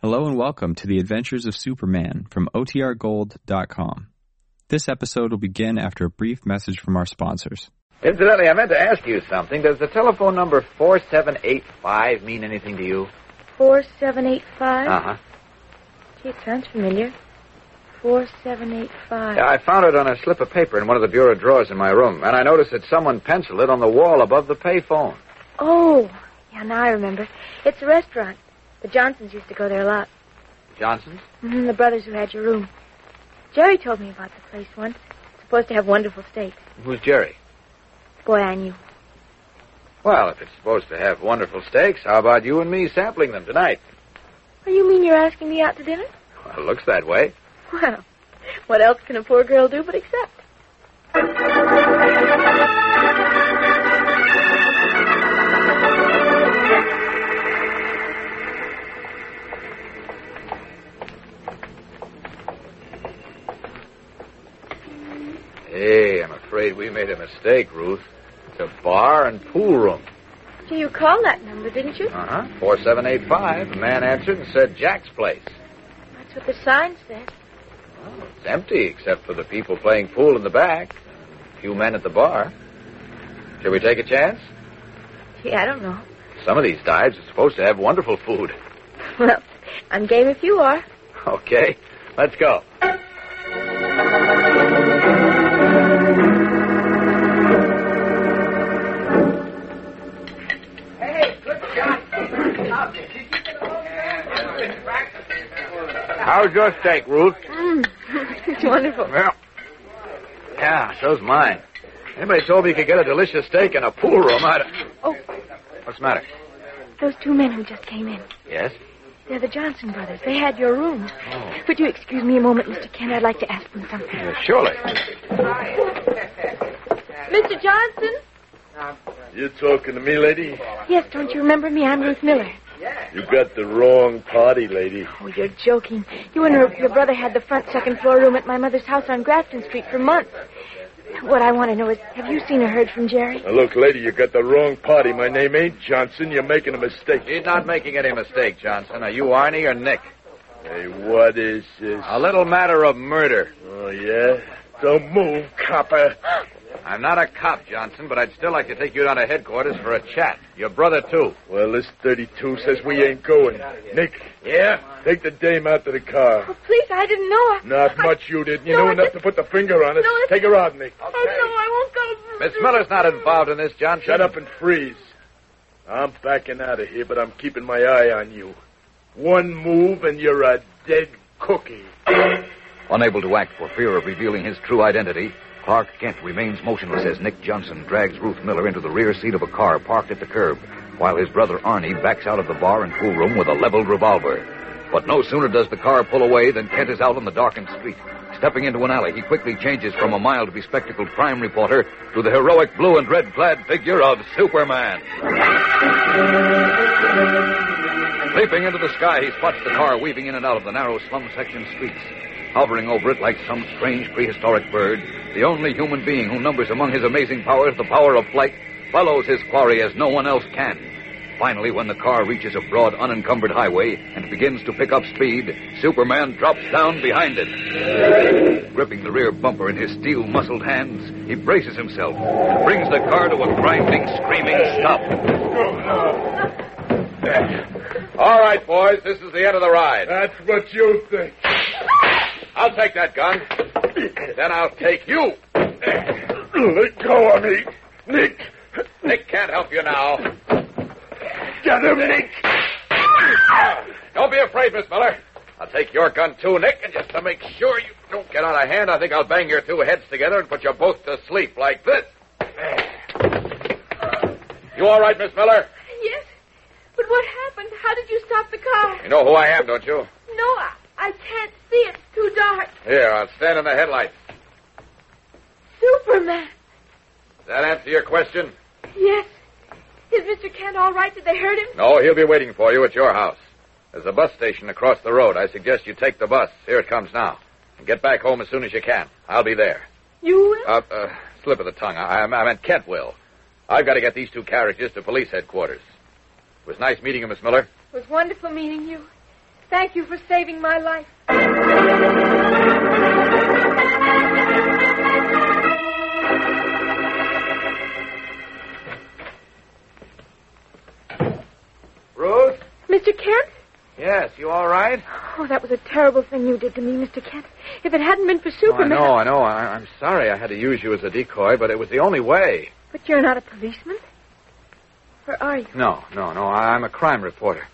Hello and welcome to the Adventures of Superman from OTRGold.com. This episode will begin after a brief message from our sponsors. Incidentally, I meant to ask you something. Does the telephone number 4785 mean anything to you? 4785? Uh huh. Gee, it sounds familiar. 4785. Yeah, I found it on a slip of paper in one of the bureau drawers in my room, and I noticed that someone penciled it on the wall above the payphone. Oh, yeah, now I remember. It's a restaurant. The Johnsons used to go there a lot. Johnson's? hmm the brothers who had your room. Jerry told me about the place once. Supposed to have wonderful steaks. Who's Jerry? Boy, I knew. Well, if it's supposed to have wonderful steaks, how about you and me sampling them tonight? Oh, you mean you're asking me out to dinner? Well, it looks that way. Well, what else can a poor girl do but accept? Hey, I'm afraid we made a mistake, Ruth. It's a bar and pool room. Gee, you called that number, didn't you? Uh huh. 4785. The man answered and said Jack's place. That's what the sign said. Well, it's empty except for the people playing pool in the back, a few men at the bar. Shall we take a chance? Gee, I don't know. Some of these dives are supposed to have wonderful food. Well, I'm game if you are. Okay, let's go. How's your steak, Ruth? Mm. it's wonderful. Well, yeah, so's mine. Anybody told me you could get a delicious steak in a pool room, I'd... Oh, What's the matter? those two men who just came in. Yes? They're the Johnson brothers. They had your room. Would you excuse me a moment, Mr. Kent? I'd like to ask them something. Yeah, surely. Mr. Johnson? You talking to me, lady? Yes, don't you remember me? I'm Ruth Miller. You got the wrong party, lady. Oh, you're joking. You and her, your brother had the front second floor room at my mother's house on Grafton Street for months. What I want to know is, have you seen or heard from Jerry? Now, look, lady, you got the wrong party. My name ain't Johnson. You're making a mistake. She's not making any mistake, Johnson. Are you Arnie or Nick? Hey, what is this? A little matter of murder. Oh, yeah? Don't move, copper. I'm not a cop, Johnson, but I'd still like to take you down to headquarters for a chat. Your brother, too. Well, this 32 says we ain't going. Nick. Yeah? Take the dame out to the car. Oh, please, I didn't know. I... Not much you didn't. You No, know I enough just- to put the finger on it. No, it's- Take her out, Nick. Oh, no, I won't go. Miss Miller's not involved in this, Johnson. Shut up and freeze. I'm backing out of here, but I'm keeping my eye on you. One move and you're a dead cookie. Unable to act for fear of revealing his true identity, Clark Kent remains motionless as Nick Johnson drags Ruth Miller into the rear seat of a car parked at the curb, while his brother Arnie backs out of the bar and pool room with a leveled revolver. But no sooner does the car pull away than Kent is out on the darkened street. Stepping into an alley, he quickly changes from a mild, bespectacled crime reporter to the heroic blue and red clad figure of Superman. Leaping into the sky, he spots the car weaving in and out of the narrow slum section streets. Hovering over it like some strange prehistoric bird, the only human being who numbers among his amazing powers the power of flight follows his quarry as no one else can. Finally, when the car reaches a broad, unencumbered highway and begins to pick up speed, Superman drops down behind it. Gripping the rear bumper in his steel muscled hands, he braces himself and brings the car to a grinding, screaming stop. All right, boys, this is the end of the ride. That's what you think. I'll take that gun. Then I'll take you. Let go of me. Nick, Nick can't help you now. get him, Nick. Don't be afraid, Miss Miller. I'll take your gun, too, Nick, and just to make sure you don't get out of hand, I think I'll bang your two heads together and put you both to sleep like this. You all right, Miss Miller? Yes, but what happened? How did you stop the car? You know who I am, don't you? No, I, I can't see. It's too dark. Here, I'll stand in the headlights. Superman. Does that answer your question? Yes. Is Mr. Kent all right? Did they hurt him? No, he'll be waiting for you at your house. There's a bus station across the road. I suggest you take the bus. Here it comes now. And get back home as soon as you can. I'll be there. You will? Uh, uh, slip of the tongue. I, I meant Kent will. I've got to get these two carriages to police headquarters. It was nice meeting you, Miss Miller. It was wonderful meeting you. Thank you for saving my life. Ruth? Mr. Kent? Yes, you all right? Oh, that was a terrible thing you did to me, Mr. Kent. If it hadn't been for Superman. Oh, I know, I know. I, I'm sorry I had to use you as a decoy, but it was the only way. But you're not a policeman. Or are you? No, no, no. I, I'm a crime reporter.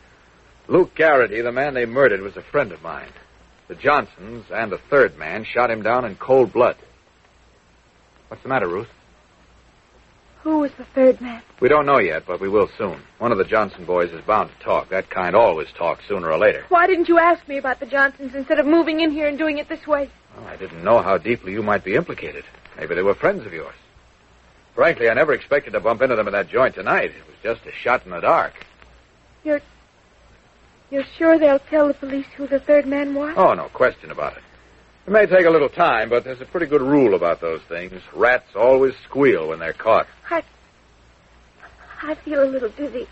Luke Garrity, the man they murdered, was a friend of mine. The Johnsons and a third man shot him down in cold blood. What's the matter, Ruth? Who was the third man? We don't know yet, but we will soon. One of the Johnson boys is bound to talk. That kind always talks sooner or later. Why didn't you ask me about the Johnsons instead of moving in here and doing it this way? Well, I didn't know how deeply you might be implicated. Maybe they were friends of yours. Frankly, I never expected to bump into them in that joint tonight. It was just a shot in the dark. You're. You're sure they'll tell the police who the third man was? Oh, no question about it. It may take a little time, but there's a pretty good rule about those things. Rats always squeal when they're caught. I. I feel a little dizzy.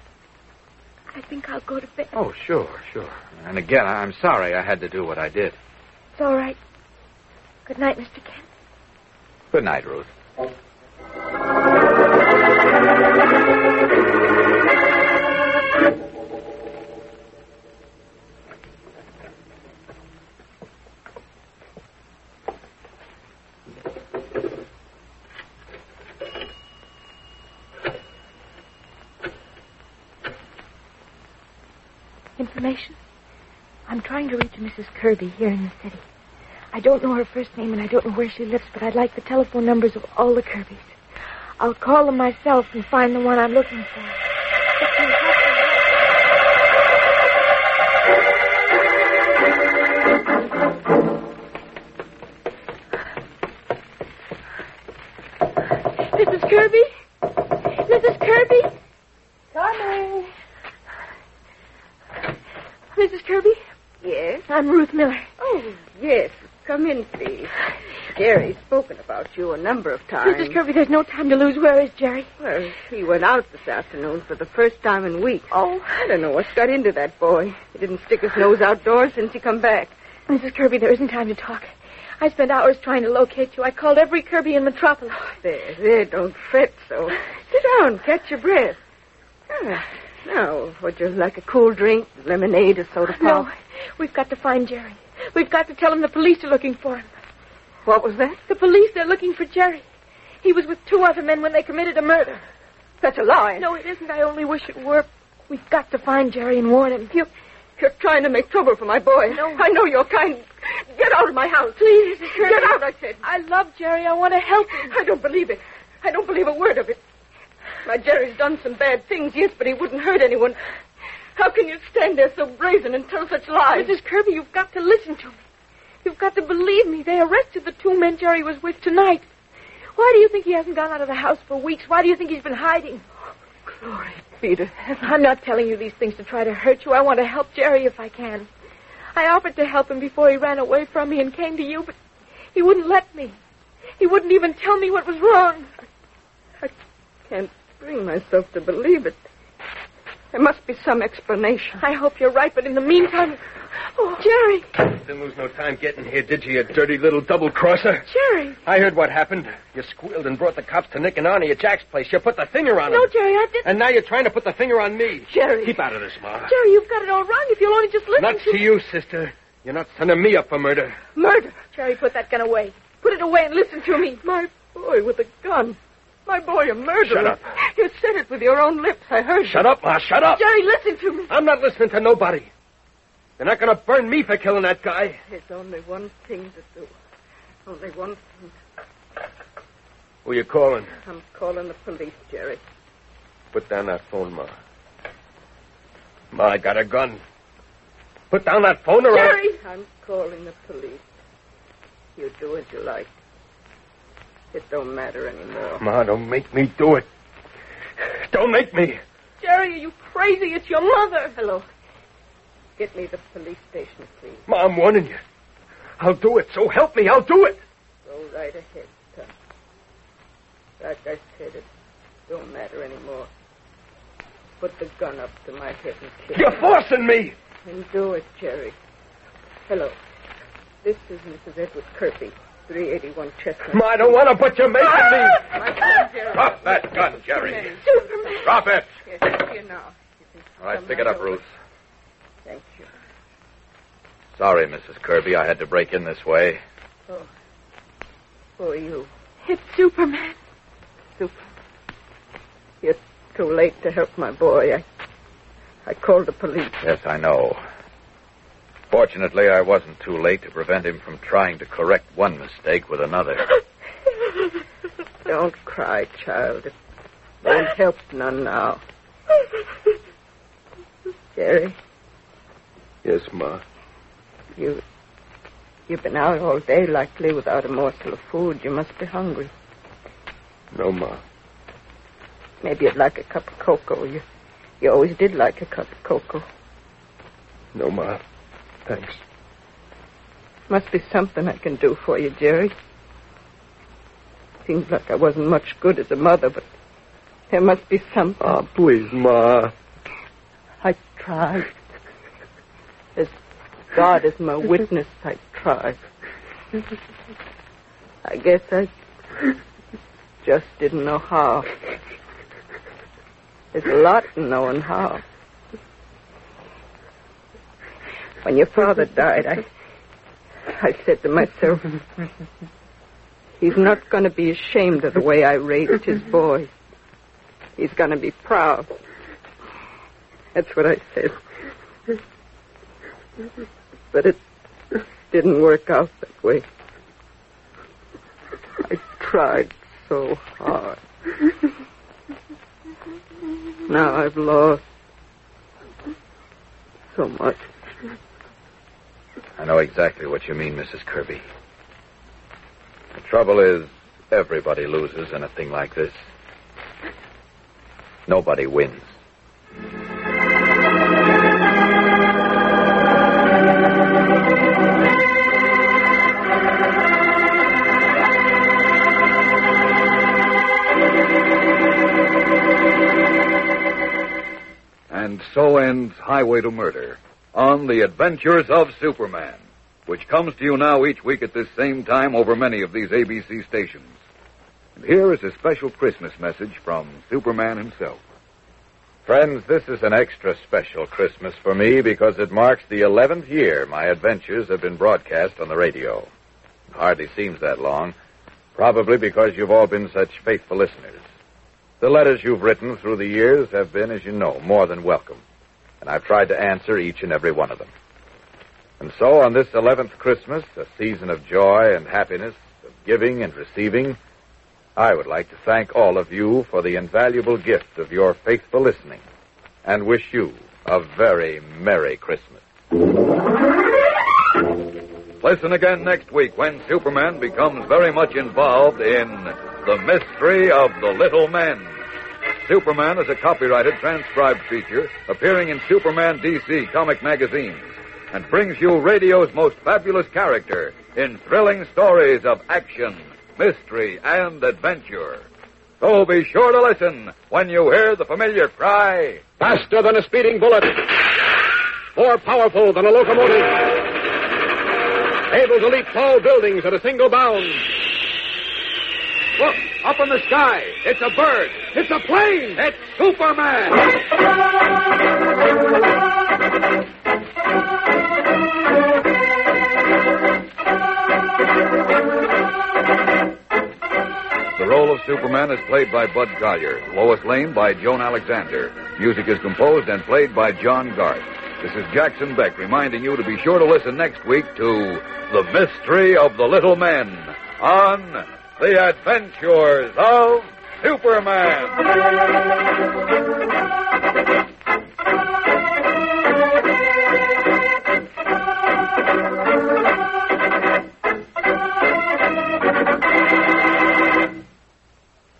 I think I'll go to bed. Oh, sure, sure. And again, I- I'm sorry I had to do what I did. It's all right. Good night, Mr. Kent. Good night, Ruth. Information? I'm trying to reach a Mrs. Kirby here in the city. I don't know her first name and I don't know where she lives, but I'd like the telephone numbers of all the Kirbys. I'll call them myself and find the one I'm looking for. If you have to- Mrs. Kirby? Mrs. Kirby? Coming. Mrs. Kirby? Yes? I'm Ruth Miller. Oh, yes. Come in, please. Jerry's spoken about you a number of times. Mrs. Kirby, there's no time to lose. Where is Jerry? Well, he went out this afternoon for the first time in weeks. Oh? I don't know what's got into that boy. He didn't stick his nose outdoors since he come back. Mrs. Kirby, there isn't time to talk. I spent hours trying to locate you. I called every Kirby in Metropolis. There, there, don't fret so. Sit down, catch your breath. Ah, now, would you like a cool drink, lemonade, or soda pop? No, we've got to find Jerry. We've got to tell him the police are looking for him. What was that? The police, they're looking for Jerry. He was with two other men when they committed a murder. That's a lie. No, it isn't. I only wish it were. We've got to find Jerry and warn him. You, You're trying to make trouble for my boy. No. I know you're kind. Get out of my house. please, Mrs. Kirby. Get out, I said. I love Jerry. I want to help him. I don't believe it. I don't believe a word of it. My Jerry's done some bad things, yes, but he wouldn't hurt anyone. How can you stand there so brazen and tell such lies? Mrs. Kirby, you've got to listen to me. You've got to believe me. They arrested the two men Jerry was with tonight. Why do you think he hasn't gone out of the house for weeks? Why do you think he's been hiding? Glory be to heaven. I'm not telling you these things to try to hurt you. I want to help Jerry if I can. I offered to help him before he ran away from me and came to you, but he wouldn't let me. He wouldn't even tell me what was wrong. I can't bring myself to believe it. There must be some explanation. I hope you're right, but in the meantime. Oh, Jerry! Didn't lose no time getting here, did you, you dirty little double crosser? Jerry! I heard what happened. You squealed and brought the cops to Nick and Arnie at Jack's place. You put the finger on No, him. Jerry, I didn't. And now you're trying to put the finger on me. Jerry. Keep out of this, Ma. Jerry, you've got it all wrong if you'll only just listen Not to to you, sister. You're not sending me up for murder. Murder. Jerry, put that gun away. Put it away and listen to me. My boy with a gun. My boy a murderer. Shut up. You said it with your own lips. I heard you. Shut up, Ma. Shut up. Jerry, listen to me. I'm not listening to nobody. You're not going to burn me for killing that guy. There's only one thing to do. Only one thing. Who you calling? I'm calling the police, Jerry. Put down that phone, Ma. Ma, I got a gun. Put down that phone or I'll... Jerry! I'm calling the police. You do as you like. It don't matter anymore. Ma, don't make me do it. Don't make me. Jerry, are you crazy? It's your mother. Hello. Get me the police station, please. Ma, I'm warning you. I'll do it. So help me, I'll do it. Go right ahead, son. Like I said, it don't matter anymore. Put the gun up to my head and kill You're me. forcing me. Endure it, Jerry. Hello. This is Mrs. Edward Kirby, 381 Chestnut. Ma, I don't want to, but you're making me. Drop that gun, Jerry. Superman. Drop it. Yes, it's here now. You can All right, come pick it right up, over. Ruth. Thank you. Sorry, Mrs. Kirby, I had to break in this way. Who are you? It's Superman. Super. You're too late to help my boy. I, I called the police. Yes, I know. Fortunately, I wasn't too late to prevent him from trying to correct one mistake with another. Don't cry, child. It won't help none now. Jerry, Yes, Ma. you you've been out all day likely without a morsel of food. You must be hungry. No, Ma. Maybe you'd like a cup of cocoa. You you always did like a cup of cocoa. No, Ma. Thanks. Must be something I can do for you, Jerry. Seems like I wasn't much good as a mother, but there must be something. Ah, please, Ma. I tried. As God is my witness, I tried. I guess I just didn't know how. There's a lot in knowing how. When your father died, I I said to myself, he's not going to be ashamed of the way I raised his boy. He's going to be proud. That's what I said. But it didn't work out that way. I tried so hard. Now I've lost so much. I know exactly what you mean, Mrs. Kirby. The trouble is, everybody loses in a thing like this. Nobody wins. And so ends Highway to Murder on the Adventures of Superman, which comes to you now each week at this same time over many of these ABC stations. And here is a special Christmas message from Superman himself. Friends, this is an extra special Christmas for me because it marks the 11th year my adventures have been broadcast on the radio. Hardly seems that long, probably because you've all been such faithful listeners. The letters you've written through the years have been, as you know, more than welcome, and I've tried to answer each and every one of them. And so on this 11th Christmas, a season of joy and happiness, of giving and receiving, I would like to thank all of you for the invaluable gift of your faithful listening and wish you a very Merry Christmas. Listen again next week when Superman becomes very much involved in The Mystery of the Little Men. Superman is a copyrighted transcribed feature appearing in Superman DC comic magazines and brings you radio's most fabulous character in thrilling stories of action, mystery, and adventure. So be sure to listen when you hear the familiar cry. Faster than a speeding bullet. More powerful than a locomotive. Able to leap tall buildings at a single bound. Look, up in the sky. It's a bird. It's a plane. It's Superman. The role of Superman is played by Bud Collier, Lois Lane by Joan Alexander. Music is composed and played by John Garth. This is Jackson Beck reminding you to be sure to listen next week to The Mystery of the Little Men on The Adventures of Superman.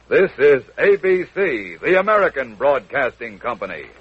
This is ABC, the American Broadcasting Company.